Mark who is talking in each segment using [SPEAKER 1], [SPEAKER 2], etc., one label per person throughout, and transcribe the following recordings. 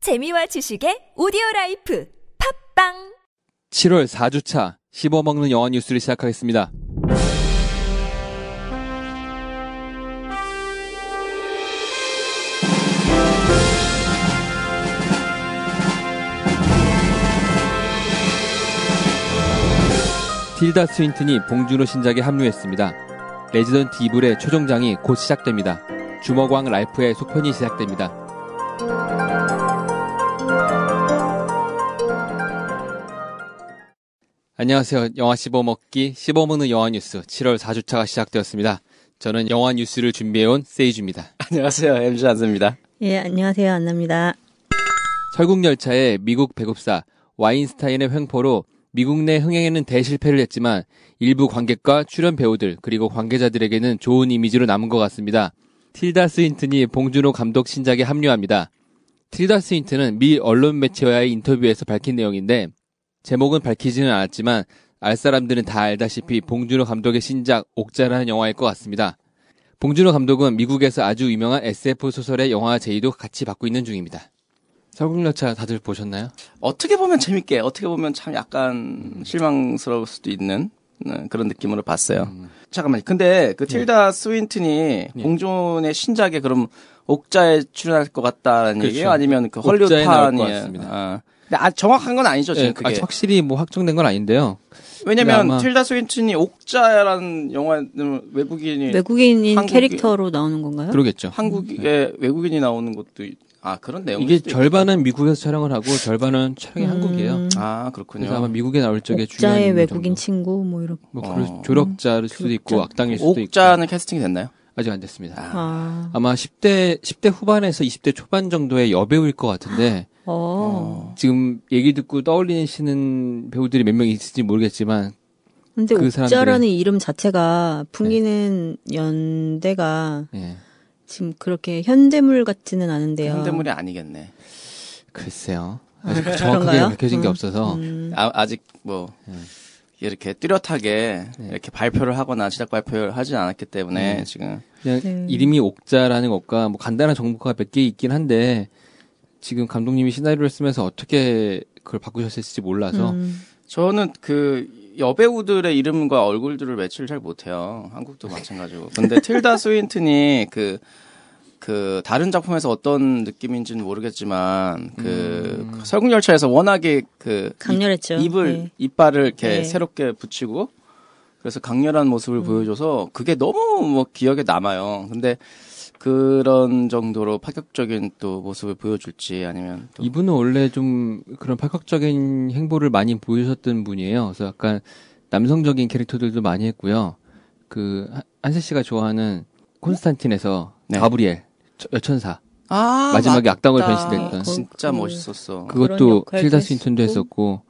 [SPEAKER 1] 재미와 지식의 오디오 라이프 팝빵
[SPEAKER 2] 7월 4주차 씹어먹는 영화 뉴스를 시작하겠습니다. 틸다 스윈튼이 봉준호 신작에 합류했습니다. 레지던트 이블의 최종장이 곧 시작됩니다. 주먹왕 랄프의 속편이 시작됩니다. 안녕하세요. 영화 씹어먹기 씹어먹는 영화 뉴스 7월 4주차가 시작되었습니다. 저는 영화 뉴스를 준비해온 세이주입니다.
[SPEAKER 3] 안녕하세요. MG 안수입니다.
[SPEAKER 4] 예, 안녕하세요. 안나입니다.
[SPEAKER 2] 철국열차의 미국 배급사 와인스타인의 횡포로 미국 내 흥행에는 대실패를 했지만 일부 관객과 출연 배우들 그리고 관계자들에게는 좋은 이미지로 남은 것 같습니다. 틸다 스윈튼이 봉준호 감독 신작에 합류합니다. 틸다 스윈튼은 미 언론 매체와의 인터뷰에서 밝힌 내용인데 제목은 밝히지는 않았지만 알 사람들은 다 알다시피 봉준호 감독의 신작 옥자라는 영화일 것 같습니다. 봉준호 감독은 미국에서 아주 유명한 SF 소설의 영화 제의도 같이 받고 있는 중입니다. 설국열차 다들 보셨나요?
[SPEAKER 3] 어떻게 보면 재밌게, 어떻게 보면 참 약간 실망스러울 수도 있는 네, 그런 느낌으로 봤어요.
[SPEAKER 2] 음.
[SPEAKER 3] 잠깐만요. 근데 그
[SPEAKER 2] 네.
[SPEAKER 3] 틸다 스윈튼이 봉준의 신작에 그럼 옥자에 출연할 것 같다는
[SPEAKER 2] 그렇죠.
[SPEAKER 3] 얘기예요? 아니면 그
[SPEAKER 2] 옥자에 나올 것
[SPEAKER 3] 헐리우드판이에요?
[SPEAKER 2] 같습니다.
[SPEAKER 3] 아. 근데 아, 정확한 건 아니죠, 지금
[SPEAKER 2] 예,
[SPEAKER 3] 그게.
[SPEAKER 2] 아직 확실히 뭐 확정된 건 아닌데요.
[SPEAKER 3] 왜냐면
[SPEAKER 2] 근데 아마-
[SPEAKER 3] 틸다 스윈튼이 옥자라는 영화는 외국인이
[SPEAKER 4] 외국인인
[SPEAKER 3] 한국이-
[SPEAKER 4] 캐릭터로 나오는 건가요?
[SPEAKER 2] 네. 그러겠죠.
[SPEAKER 3] 한국에 외국인이 나오는 것도 있- 아 그런 내용
[SPEAKER 2] 네. 이게 절반은 미국에서 촬영을 하고 절반은 촬영이 한국이에요.
[SPEAKER 3] 아 그렇군요.
[SPEAKER 2] 그래서 아마 미국에 나올 적에 중요한
[SPEAKER 4] 음. 옥자의 외국인
[SPEAKER 2] 정도.
[SPEAKER 4] 친구 그렇죠. 뭐 이렇게.
[SPEAKER 2] 뭐
[SPEAKER 3] 어.
[SPEAKER 2] 그럴- 조력자일 수도 있고
[SPEAKER 4] 조력자.
[SPEAKER 2] 악당일 수도 있고
[SPEAKER 3] 옥자는 캐스팅이 됐나요?
[SPEAKER 2] 아직 안 됐습니다.
[SPEAKER 4] 아,
[SPEAKER 2] 아마 10대 10대 후반에서 20대 초반 정도의 여배우일 것 같은데
[SPEAKER 4] 어.
[SPEAKER 3] 아.
[SPEAKER 2] 지금 얘기 듣고 떠올리시는 배우들이 몇 명 있을지 모르겠지만
[SPEAKER 4] 근데
[SPEAKER 2] 그 사람들의- 네.
[SPEAKER 4] 옥자라는 이름 자체가 풍기는 연대가
[SPEAKER 2] 예.
[SPEAKER 4] 지금 그렇게 현대물 같지는 않은데요.
[SPEAKER 3] 현대물이 아니겠네.
[SPEAKER 2] 글쎄요.
[SPEAKER 4] 아,
[SPEAKER 2] 아직 정확하게
[SPEAKER 4] 그런가요?
[SPEAKER 2] 밝혀진 게
[SPEAKER 4] 음,
[SPEAKER 2] 없어서
[SPEAKER 4] 음.
[SPEAKER 3] 아, 직뭐 이렇게 뚜렷하게
[SPEAKER 4] 네.
[SPEAKER 3] 이렇게 발표를 하거나 시작 발표를 하진 않았기 때문에 지금
[SPEAKER 2] 그냥
[SPEAKER 4] 네.
[SPEAKER 2] 이름이 옥자라는 것과 뭐 간단한 정보가 몇 개 있긴 한데 지금 감독님이 시나리오를 쓰면서 어떻게 그걸 바꾸셨을지 몰라서
[SPEAKER 4] 음.
[SPEAKER 3] 저는 그 여배우들의 이름과 얼굴들을 매치를 잘 못해요. 한국도
[SPEAKER 4] 네.
[SPEAKER 3] 마찬가지고. 근데 틸다 스윈튼이 그, 그, 다른 작품에서 어떤 느낌인지는 모르겠지만, 그, 설국열차에서 워낙에 그,
[SPEAKER 4] 음. 강렬했죠.
[SPEAKER 3] 입, 을
[SPEAKER 4] 네.
[SPEAKER 3] 이빨을 이렇게
[SPEAKER 4] 네.
[SPEAKER 3] 새롭게 붙이고, 그래서 강렬한 모습을 보여줘서 그게 너무 뭐 기억에 남아요. 근데 그런 정도로 파격적인 또 모습을 보여줄지 아니면 또
[SPEAKER 2] 이분은 원래 좀 그런 파격적인 행보를 많이 보이셨던 분이에요. 그래서 약간 남성적인 캐릭터들도 많이 했고요. 그 한- 한세 씨가 좋아하는 콘스탄틴에서
[SPEAKER 3] 네.
[SPEAKER 2] 가브리엘 처- 여천사
[SPEAKER 3] 아,
[SPEAKER 2] 마지막에 악당을
[SPEAKER 3] 맞다.
[SPEAKER 2] 변신했던
[SPEAKER 3] 진짜
[SPEAKER 4] 그-
[SPEAKER 3] 멋있었어.
[SPEAKER 4] 그런
[SPEAKER 2] 그것도
[SPEAKER 4] 역할도
[SPEAKER 2] 틸다 스윈턴도 했었고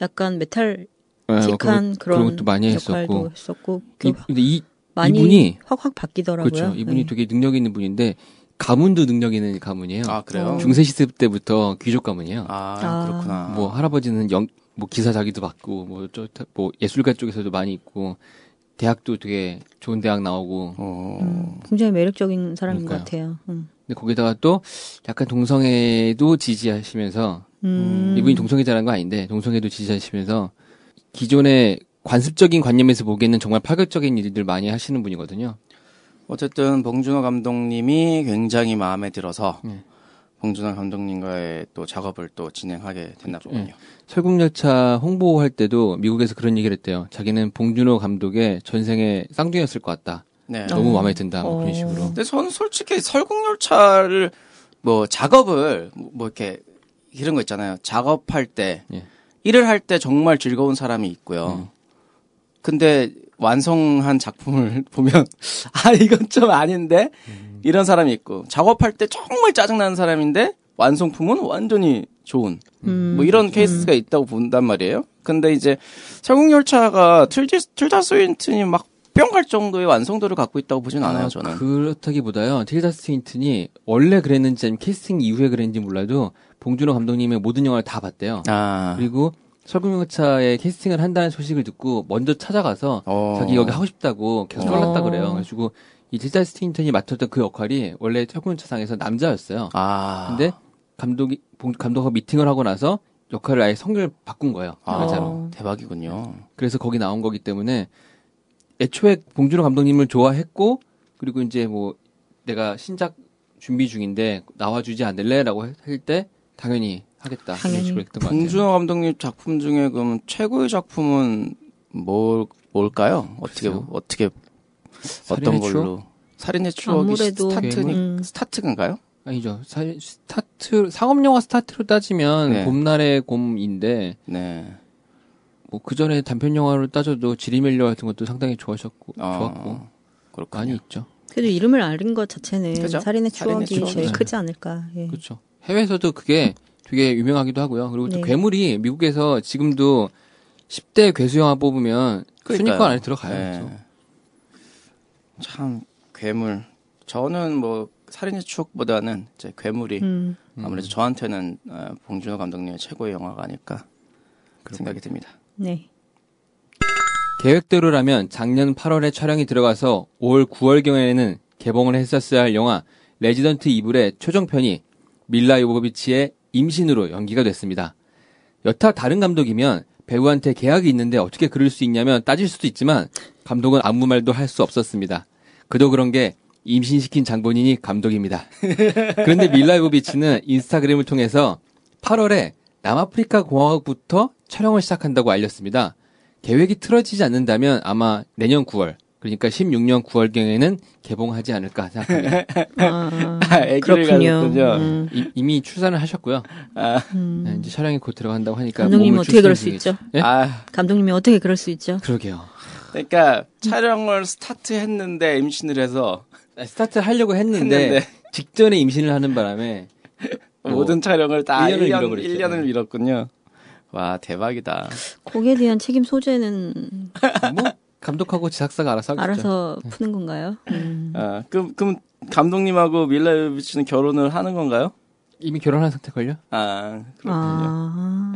[SPEAKER 4] 약간 메탈틱한
[SPEAKER 2] 예, 뭐
[SPEAKER 4] 그런,
[SPEAKER 2] 그런 것도 많이
[SPEAKER 4] 역할도
[SPEAKER 2] 했었고
[SPEAKER 4] 했었고
[SPEAKER 2] 이, 근데 이
[SPEAKER 4] 많이
[SPEAKER 2] 이분이-
[SPEAKER 4] 확확 바뀌더라고요.
[SPEAKER 2] 그렇죠. 이분이
[SPEAKER 4] 네.
[SPEAKER 2] 되게 능력 있는 분인데 가문도 능력 있는 가문이에요.
[SPEAKER 3] 아 그래요?
[SPEAKER 4] 어.
[SPEAKER 2] 중세 시대 때부터 귀족 가문이에요.
[SPEAKER 3] 아,
[SPEAKER 4] 아.
[SPEAKER 3] 그렇구나.
[SPEAKER 2] 뭐 할아버지는 영, 뭐 기사 자기도 받고 뭐, 저, 뭐 예술가 쪽에서도 많이 있고 대학도 되게 좋은 대학 나오고
[SPEAKER 3] 어.
[SPEAKER 4] 음, 굉장히 매력적인 사람인 것
[SPEAKER 2] 그러니까요.
[SPEAKER 4] 같아요. 음.
[SPEAKER 2] 근데 거기다가 또 약간 동성애도 지지하시면서
[SPEAKER 4] 음.
[SPEAKER 2] 이분이 동성애자라는 건 아닌데 동성애도 지지하시면서 기존의 관습적인 관념에서 보기에는 정말 파격적인 일들 많이 하시는 분이거든요.
[SPEAKER 3] 어쨌든 봉준호 감독님이 굉장히 마음에 들어서
[SPEAKER 2] 네.
[SPEAKER 3] 봉준호 감독님과의 또 작업을 또 진행하게 됐나
[SPEAKER 2] 네.
[SPEAKER 3] 보군요.
[SPEAKER 2] 설국열차 홍보할 때도 미국에서 그런 얘기를 했대요. 자기는 봉준호 감독의 전생에 쌍둥이였을 것 같다.
[SPEAKER 3] 네.
[SPEAKER 2] 너무 마음에 든다. 뭐 그런
[SPEAKER 4] 어.
[SPEAKER 2] 식으로.
[SPEAKER 3] 근데 저는 솔직히 설국열차를 뭐 작업을 뭐 이렇게 이런 거 있잖아요. 작업할 때
[SPEAKER 2] 예.
[SPEAKER 3] 일을 할 때 정말 즐거운 사람이 있고요. 근데 완성한 작품을 보면 아 이건 좀 아닌데 이런 사람이 있고 작업할 때 정말 짜증나는 사람인데 완성품은 완전히 좋은
[SPEAKER 4] 음.
[SPEAKER 3] 뭐 이런 케이스가 있다고 본단 말이에요. 근데 이제 설국열차가 툴지- 툴다 스윈튼이 막 뿅 갈 정도의 완성도를 갖고 있다고 보진 않아요,
[SPEAKER 2] 아,
[SPEAKER 3] 저는.
[SPEAKER 2] 그렇다기보다요. 틸다 스윈튼이 원래 그랬는지 아니면 캐스팅 이후에 그랬는지 몰라도 봉준호 감독님의 모든 영화를 다 봤대요.
[SPEAKER 3] 아.
[SPEAKER 2] 그리고 설국열차에 캐스팅을 한다는 소식을 듣고 먼저 찾아가서
[SPEAKER 3] 어.
[SPEAKER 2] 자기 여기 하고 싶다고 계속 연락다
[SPEAKER 4] 어.
[SPEAKER 2] 그래요. 그래가지고 이 틸다 스윈튼이 맡았던 그 역할이 원래 설국열차상에서 남자였어요.
[SPEAKER 3] 아.
[SPEAKER 2] 근데 감독이 봉- 감독하고 미팅을 하고 나서 역할을 아예 성을 바꾼 거예요.
[SPEAKER 3] 아,
[SPEAKER 2] 가자로.
[SPEAKER 4] 어.
[SPEAKER 3] 대박이군요.
[SPEAKER 2] 그래서 거기 나온 거기 때문에 애초에 봉준호 감독님을 좋아했고 그리고 이제 뭐 내가 신작 준비 중인데 나와주지 않을래라고 할 때 당연히 하겠다 이런
[SPEAKER 4] 당연히.
[SPEAKER 2] 식으로 했던 것 같아요.
[SPEAKER 3] 봉준호 감독님 작품 중에 그럼 최고의 작품은 뭘 뭘까요? 어떻게
[SPEAKER 2] 글쎄요.
[SPEAKER 3] 어떻게
[SPEAKER 2] 살인의
[SPEAKER 3] 어떤 걸로? 살인의 추억이
[SPEAKER 4] 아무래도
[SPEAKER 3] 스타트니
[SPEAKER 4] 음.
[SPEAKER 3] 스타트인가요?
[SPEAKER 2] 아니죠. 사- 스타트 상업 영화 스타트로 따지면
[SPEAKER 3] 네.
[SPEAKER 2] 봄날의 곰인데
[SPEAKER 3] 네.
[SPEAKER 2] 뭐그 전에 단편 영화로 따져도 지리멜리어 같은 것도 상당히 좋아하셨고
[SPEAKER 3] 어,
[SPEAKER 2] 좋았고
[SPEAKER 3] 그렇군요.
[SPEAKER 2] 많이 있죠.
[SPEAKER 4] 그래도 이름을 아는 것 자체는
[SPEAKER 3] 그죠?
[SPEAKER 4] 살인의 추억이
[SPEAKER 3] 살인의 추억이죠.
[SPEAKER 4] 제일 크지 않을까. 예.
[SPEAKER 2] 그렇죠. 해외에서도 그게 되게 유명하기도 하고요. 그리고 또
[SPEAKER 4] 네.
[SPEAKER 2] 괴물이 미국에서 지금도 10대 괴수 영화 뽑으면
[SPEAKER 3] 그러니까요.
[SPEAKER 2] 순위권 안에 들어가요. 그렇죠.
[SPEAKER 3] 네.
[SPEAKER 2] 그래서.
[SPEAKER 3] 참 괴물. 저는 뭐 살인의 추억보다는 이제 괴물이
[SPEAKER 4] 음.
[SPEAKER 3] 아무래도 저한테는 어, 봉준호 감독님의 최고의 영화가 아닐까 생각이 듭니다.
[SPEAKER 4] 네.
[SPEAKER 2] 계획대로라면 작년 8월에 촬영이 들어가서 올 9월경에는 개봉을 했었어야 할 영화 레지던트 이블의 최종편이 밀라 요보비치의 임신으로 연기가 됐습니다. 여타 다른 감독이면 배우한테 계약이 있는데 어떻게 그럴 수 있냐면 따질 수도 있지만 감독은 아무 말도 할 수 없었습니다. 그도 그런 게 임신시킨 장본인이 감독입니다. 그런데 밀라 요보비치는 인스타그램을 통해서 8월에 남아프리카 공화국부터 촬영을 시작한다고 알렸습니다. 계획이 틀어지지 않는다면 아마 내년 9월, 그러니까 16년 9월경에는 개봉하지 않을까 생각합니다.
[SPEAKER 4] 아,
[SPEAKER 3] 아, 아기를
[SPEAKER 4] 그렇군요.
[SPEAKER 3] 가졌군요.
[SPEAKER 4] 음.
[SPEAKER 2] 이- 이미 출산을 하셨고요.
[SPEAKER 4] 음.
[SPEAKER 2] 네, 이제 촬영이 곧 들어간다고 하니까
[SPEAKER 4] 감독님
[SPEAKER 2] 그러니까 몸을
[SPEAKER 4] 어떻게 그럴 수
[SPEAKER 2] 출산
[SPEAKER 4] 있죠?
[SPEAKER 2] 중이겠죠. 예?
[SPEAKER 3] 아,
[SPEAKER 4] 감독님이 어떻게 그럴 수 있죠?
[SPEAKER 2] 그러게요.
[SPEAKER 3] 그러니까 촬영을 스타트했는데 임신을 해서
[SPEAKER 2] 스타트 하려고 했는데,
[SPEAKER 3] 했는데.
[SPEAKER 2] 직전에 임신을 하는 바람에 뭐,
[SPEAKER 3] 어, 모든 촬영을 다
[SPEAKER 2] 1년을
[SPEAKER 3] 1년,
[SPEAKER 2] 잃어버렸죠. 네.
[SPEAKER 3] 1년을 잃었군요. 와, 대박이다.
[SPEAKER 4] 곡에 대한 책임 소재는
[SPEAKER 2] 뭐 감독하고 제작사가 알아서 하겠죠.
[SPEAKER 4] 알아서 푸는 건가요? 음.
[SPEAKER 3] 아, 그럼, 그럼 감독님하고 밀라요비치는 결혼을 하는 건가요?
[SPEAKER 2] 이미 결혼한 상태 걸려.
[SPEAKER 3] 아, 그렇군요.
[SPEAKER 4] 아,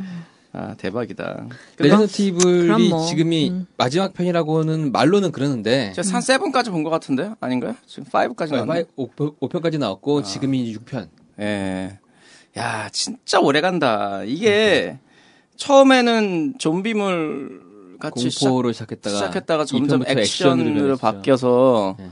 [SPEAKER 3] 아, 대박이다. 근데
[SPEAKER 2] 레전드 이블이
[SPEAKER 4] 그럼 뭐,
[SPEAKER 2] 지금이
[SPEAKER 4] 음.
[SPEAKER 2] 마지막 편이라고는 말로는 그러는데
[SPEAKER 3] 제가 한 7까지 본 것 같은데? 아닌가요? 지금
[SPEAKER 2] 네,
[SPEAKER 3] 5까지 아. 나왔나요?
[SPEAKER 2] 5편까지 나왔고 지금이 6편.
[SPEAKER 3] 예. 야, 진짜 오래 간다. 이게
[SPEAKER 2] 음.
[SPEAKER 3] 처음에는 좀비물 같이 시작,
[SPEAKER 2] 공포로 시작했다가
[SPEAKER 3] 아, 시작했다가 점점
[SPEAKER 2] 2편부터 액션으로
[SPEAKER 3] 액션으로
[SPEAKER 2] 변했죠.
[SPEAKER 3] 바뀌어서
[SPEAKER 2] 네.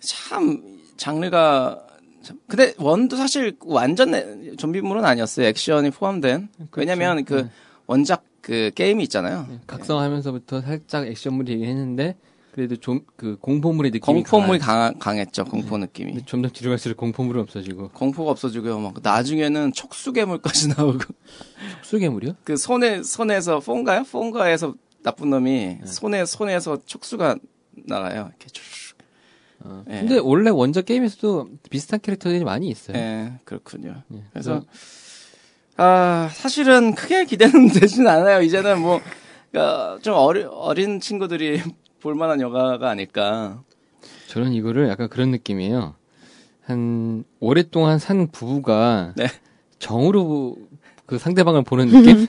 [SPEAKER 3] 참 장르가 참- 근데 원도 사실 완전 애- 좀비물은 아니었어요. 액션이 포함된. 왜냐면 그
[SPEAKER 2] 네.
[SPEAKER 3] 원작 그 게임이 있잖아요.
[SPEAKER 2] 각성하면서부터 살짝 액션물이긴 했는데 그래도 좀 그 공포물의 느낌이
[SPEAKER 3] 공포물이
[SPEAKER 2] 강한- 네.
[SPEAKER 3] 강, 강했죠. 공포 느낌이.
[SPEAKER 2] 근데 점점 뒤로 갈수록 공포물이 없어지고
[SPEAKER 3] 공포가 없어지고요. 막 나중에는 촉수괴물까지 나오고
[SPEAKER 2] 촉수괴물이요?
[SPEAKER 3] 그 손에 손에서 폰가요? 폰가에서 나쁜
[SPEAKER 2] 네.
[SPEAKER 3] 놈이 손에 손에서 촉수가 나가요. 이렇게 쭉.
[SPEAKER 2] 어,
[SPEAKER 3] 예.
[SPEAKER 2] 근데 원래 원작 게임에서도 비슷한 캐릭터들이 많이 있어요.
[SPEAKER 3] 예, 그렇군요.
[SPEAKER 2] 네. 예, 그
[SPEAKER 3] 그래서 아 사실은 크게 기대는 되진 않아요. 이제는 뭐 좀 어리, 어린 친구들이 볼만한 영화가 아닐까.
[SPEAKER 2] 저는 이거를 약간 그런 느낌이에요. 한 오랫동안 산 부부가
[SPEAKER 3] 네.
[SPEAKER 2] 정으로 그 상대방을 보는 느낌?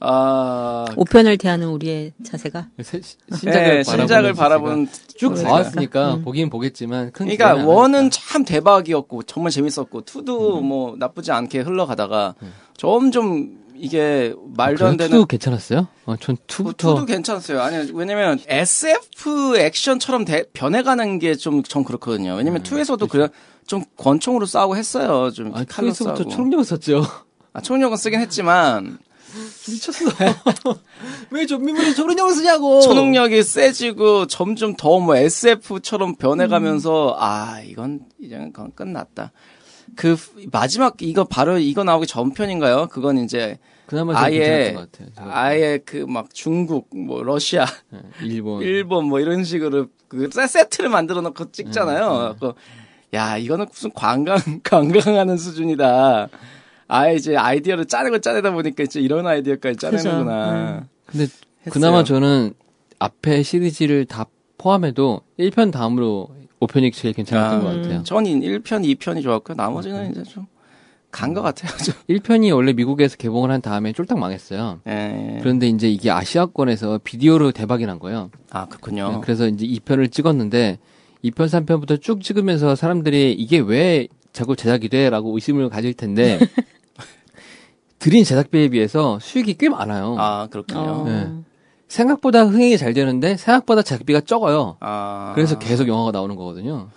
[SPEAKER 3] 아
[SPEAKER 4] 오편을 대하는 우리의 자세가
[SPEAKER 2] 세- 시-
[SPEAKER 3] 예, 신작을
[SPEAKER 2] 자체가
[SPEAKER 3] 바라보는
[SPEAKER 2] 쭉
[SPEAKER 3] 그러니까.
[SPEAKER 2] 봐왔으니까 보긴 보겠지만 큰 기대는
[SPEAKER 3] 그러니까
[SPEAKER 2] 안
[SPEAKER 3] 원은
[SPEAKER 2] 하니까.
[SPEAKER 3] 참 대박이었고 정말 재밌었고 투도
[SPEAKER 2] 음.
[SPEAKER 3] 뭐 나쁘지 않게 흘러가다가 점점 이게 말도 안
[SPEAKER 2] 그래요?
[SPEAKER 3] 되는
[SPEAKER 2] 투도 괜찮았어요? 어, 전 투부터
[SPEAKER 3] 투도 뭐 괜찮았어요. 아니 왜냐면 SF 액션처럼 대- 변해가는 게 좀 전 그렇거든요. 왜냐면 투에서도 그냥 좀 권총으로 싸우고 했어요. 좀
[SPEAKER 2] 네, 그렇죠. 아,
[SPEAKER 3] 칼로
[SPEAKER 2] 투에서부터
[SPEAKER 3] 싸우고.
[SPEAKER 2] 총력 썼죠.
[SPEAKER 3] 아, 총력은 쓰긴 했지만
[SPEAKER 2] 미쳤어. 왜 좀비물이 초능력을 쓰냐고.
[SPEAKER 3] 초능력이 세지고 점점 더 뭐 SF처럼 변해가면서
[SPEAKER 2] 음.
[SPEAKER 3] 아 이건 이제 그건 끝났다. 그 마지막 이거 바로 이거 나오기 전편인가요? 그건 이제
[SPEAKER 2] 그나마 좀 괜찮았던
[SPEAKER 3] 아예
[SPEAKER 2] 것 같아요. 제가.
[SPEAKER 3] 아예 그 막 중국 뭐 러시아
[SPEAKER 2] 네, 일본.
[SPEAKER 3] 일본 뭐 이런 식으로 그 세- 세트를 만들어 놓고 찍잖아요. 그래갖고 야 이거는 무슨 관광 관광하는 수준이다. 아 이제 아이디어를 짜내고 짜내다 보니까 이제 이런 아이디어까지 짜내는구나.
[SPEAKER 2] 근데
[SPEAKER 3] 했어요.
[SPEAKER 2] 그나마 저는 앞에 시리즈를 다 포함해도 1편 다음으로 5편이 제일 괜찮았던
[SPEAKER 3] 아,
[SPEAKER 2] 것 같아요.
[SPEAKER 3] 저는 1편, 2편이 좋았고요. 나머지는 이제 좀 간 것 같아요. 좀.
[SPEAKER 2] 1편이 원래 미국에서 개봉을 한 다음에 쫄딱 망했어요.
[SPEAKER 3] 예.
[SPEAKER 2] 그런데 이제 이게 아시아권에서 비디오로 대박이 난 거예요.
[SPEAKER 3] 아 그렇군요.
[SPEAKER 2] 네, 그래서 이제 2편을 찍었는데 2편, 3편부터 쭉 찍으면서 사람들이 이게 왜 자꾸 제작이 돼? 라고 의심을 가질 텐데 들인 제작비에 비해서 수익이 꽤 많아요.
[SPEAKER 3] 아 그렇군요.
[SPEAKER 4] 어.
[SPEAKER 2] 네. 생각보다 흥행이 잘 되는데 생각보다 제작비가 적어요.
[SPEAKER 3] 아
[SPEAKER 2] 그래서 계속 영화가 나오는 거거든요.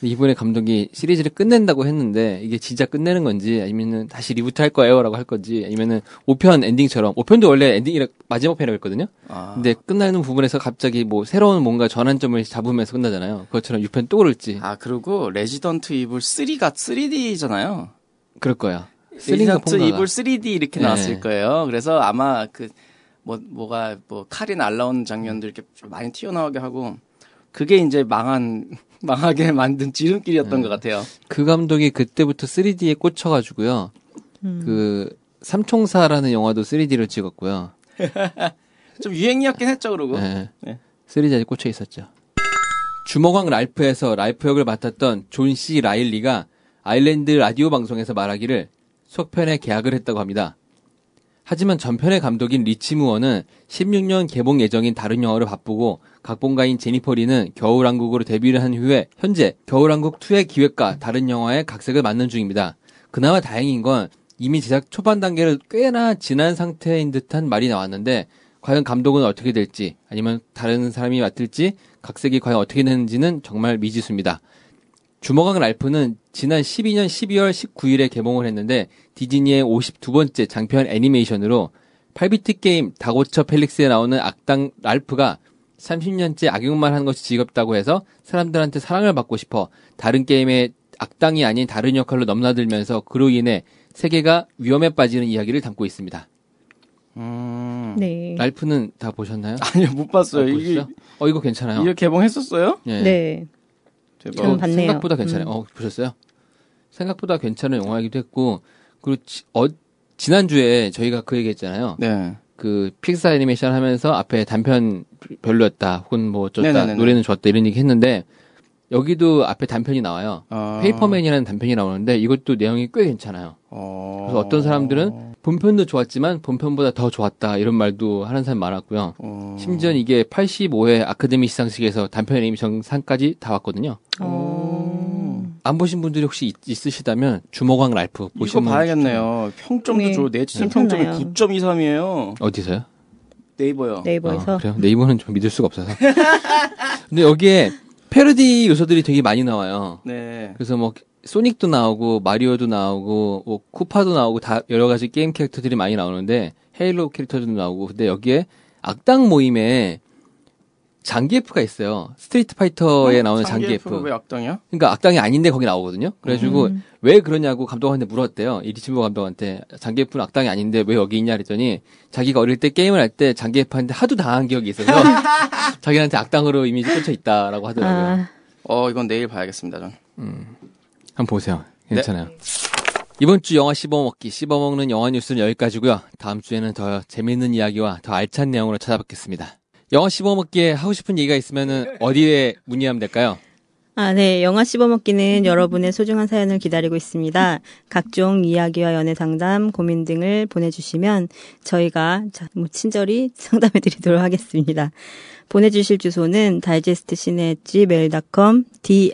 [SPEAKER 2] 근데 이번에 감독이 시리즈를 끝낸다고 했는데 이게 진짜 끝내는 건지 아니면은 다시 리부트 할 거예요라고 할 건지 아니면은 5편 엔딩처럼 5편도 원래 엔딩이 마지막 편이라고 했거든요.
[SPEAKER 3] 아,
[SPEAKER 2] 근데 끝나는 부분에서 갑자기 뭐 새로운 뭔가 전환점을 잡으면서 끝나잖아요. 그것처럼 6편 또 그럴지
[SPEAKER 3] 아 그리고 레지던트 이블 3가 3D잖아요.
[SPEAKER 2] 그럴 거야. 쓰리인가
[SPEAKER 3] 레지던트
[SPEAKER 2] 폰가
[SPEAKER 3] 이블 3D 이렇게
[SPEAKER 2] 네.
[SPEAKER 3] 나왔을 거예요. 그래서 아마 그 뭐 뭐가 뭐 칼이 날라온 장면들 이렇게 좀 많이 튀어나오게 하고 그게 이제 망한 망하게 만든 지름길이었던 것 같아요.
[SPEAKER 2] 그 감독이 그때부터 3D에 꽂혀가지고요. 그 삼총사라는 영화도 3D로 찍었고요.
[SPEAKER 3] 좀 유행이었긴 했죠, 그러고.
[SPEAKER 2] 네.
[SPEAKER 3] 네.
[SPEAKER 2] 3D에 꽂혀 있었죠. 주먹왕 랄프에서 랄프 역을 맡았던 존 C 라일리가 아일랜드 라디오 방송에서 말하기를 속편에 계약을 했다고 합니다. 하지만 전편의 감독인 리치 무어는 16년 개봉 예정인 다른 영화로 바쁘고 각본가인 제니퍼 리는 겨울왕국으로 데뷔를 한 후에 현재 겨울왕국 2의 기획과 다른 영화의 각색을 맡는 중입니다. 그나마 다행인 건 이미 제작 초반 단계를 꽤나 지난 상태인 듯한 말이 나왔는데 과연 감독은 어떻게 될지 아니면 다른 사람이 맡을지 각색이 과연 어떻게 되는지는 정말 미지수입니다. 주먹왕 랄프는 지난 12년 12월 19일에 개봉을 했는데 디즈니의 52번째 장편 애니메이션으로 8비트 게임 다고처 펠릭스에 나오는 악당 랄프가 30년째 악역만 하는 것이 지겹다고 해서 사람들한테 사랑을 받고 싶어 다른 게임에 악당이 아닌 다른 역할로 넘나들면서 그로 인해 세계가 위험에 빠지는 이야기를 담고 있습니다.
[SPEAKER 3] 음.
[SPEAKER 5] 네.
[SPEAKER 2] 랄프는 다 보셨나요?
[SPEAKER 3] 아니요, 못 봤어요.
[SPEAKER 2] 어,
[SPEAKER 3] 이게,
[SPEAKER 2] 보셨어요? 어 이거 괜찮아요.
[SPEAKER 3] 이거 개봉했었어요?
[SPEAKER 2] 예.
[SPEAKER 5] 네.
[SPEAKER 3] 대박.
[SPEAKER 5] 저는
[SPEAKER 2] 어,
[SPEAKER 5] 봤네요.
[SPEAKER 2] 생각보다 괜찮아요.
[SPEAKER 5] 음.
[SPEAKER 2] 어, 보셨어요? 생각보다 괜찮은 영화이기도 했고 그리고 지, 어, 지난주에 저희가 그 얘기했잖아요.
[SPEAKER 3] 네.
[SPEAKER 2] 그 픽사 애니메이션 하면서 앞에 단편 별로였다 혹은 뭐 어쩌다
[SPEAKER 3] 네네네네.
[SPEAKER 2] 노래는 좋았다 이런 얘기 했는데 여기도 앞에 단편이 나와요.
[SPEAKER 3] 어,
[SPEAKER 2] 페이퍼맨이라는 단편이 나오는데 이것도 내용이 꽤 괜찮아요.
[SPEAKER 3] 어.
[SPEAKER 2] 그래서 어떤 사람들은 본편도 좋았지만 본편보다 더 좋았다 이런 말도 하는 사람 많았고요.
[SPEAKER 3] 어.
[SPEAKER 2] 심지어 이게 85회 아카데미 시상식에서 단편 애니메이션 상까지 다 왔거든요.
[SPEAKER 5] 어.
[SPEAKER 2] 안 보신 분들이 혹시 있, 있으시다면 주먹왕 랄프
[SPEAKER 3] 이거
[SPEAKER 2] 보시면
[SPEAKER 3] 봐야겠네요. 평점도
[SPEAKER 5] 네.
[SPEAKER 3] 줘. 네티즌 평점이
[SPEAKER 5] 괜찮아요.
[SPEAKER 3] 9.23이에요.
[SPEAKER 2] 어디서요?
[SPEAKER 3] 네이버요.
[SPEAKER 5] 네이버에서
[SPEAKER 2] 아, 그래요? 네이버는 좀 믿을 수가 없어서. 근데 여기에 패러디 요소들이 되게 많이 나와요.
[SPEAKER 3] 네.
[SPEAKER 2] 그래서 뭐 소닉도 나오고 마리오도 나오고 뭐 쿠파도 나오고 다 여러 가지 게임 캐릭터들이 많이 나오는데 헤일로 캐릭터도 나오고 근데 여기에 악당 모임에 장기프가 있어요. 스트리트 파이터에 나오는 장기프.
[SPEAKER 3] 어? 왜 악당이야?
[SPEAKER 2] 그러니까 악당이 아닌데 거기 나오거든요. 그래가지고 왜 그러냐고 감독한테 물었대요. 이 리치버 감독한테 장기예쁜 악당이 아닌데 왜 여기 있냐 그랬더니 자기가 어릴 때 게임을 할 때 장기예쁜한테 하도 당한 기억이 있어서 자기한테 악당으로 이미지 꽂혀 있다라고 하더라고요.
[SPEAKER 5] 아,
[SPEAKER 3] 어, 이건 내일 봐야겠습니다, 전.
[SPEAKER 2] 한번 보세요. 괜찮아요. 네. 이번 주 영화 씹어먹기 씹어먹는 영화 뉴스는 여기까지고요. 다음 주에는 더 재밌는 이야기와 더 알찬 내용으로 찾아뵙겠습니다. 영화 씹어먹기에 하고 싶은 얘기가 있으면 어디에 문의하면 될까요?
[SPEAKER 4] 아, 네. 영화 씹어먹기는 여러분의 소중한 사연을 기다리고 있습니다. 각종 이야기와 연애 상담, 고민 등을 보내주시면 저희가 자- 뭐 친절히 상담해드리도록 하겠습니다. 보내주실 주소는 다이제스트 시네 gmail.com, E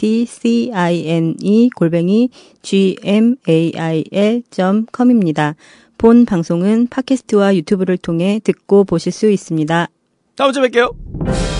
[SPEAKER 4] d-i-g-e-s-t-c-i-n-e E 골뱅이 gmail.com입니다. 본 방송은 팟캐스트와 유튜브를 통해 듣고 보실 수 있습니다.
[SPEAKER 3] 다음 주에 뵐게요.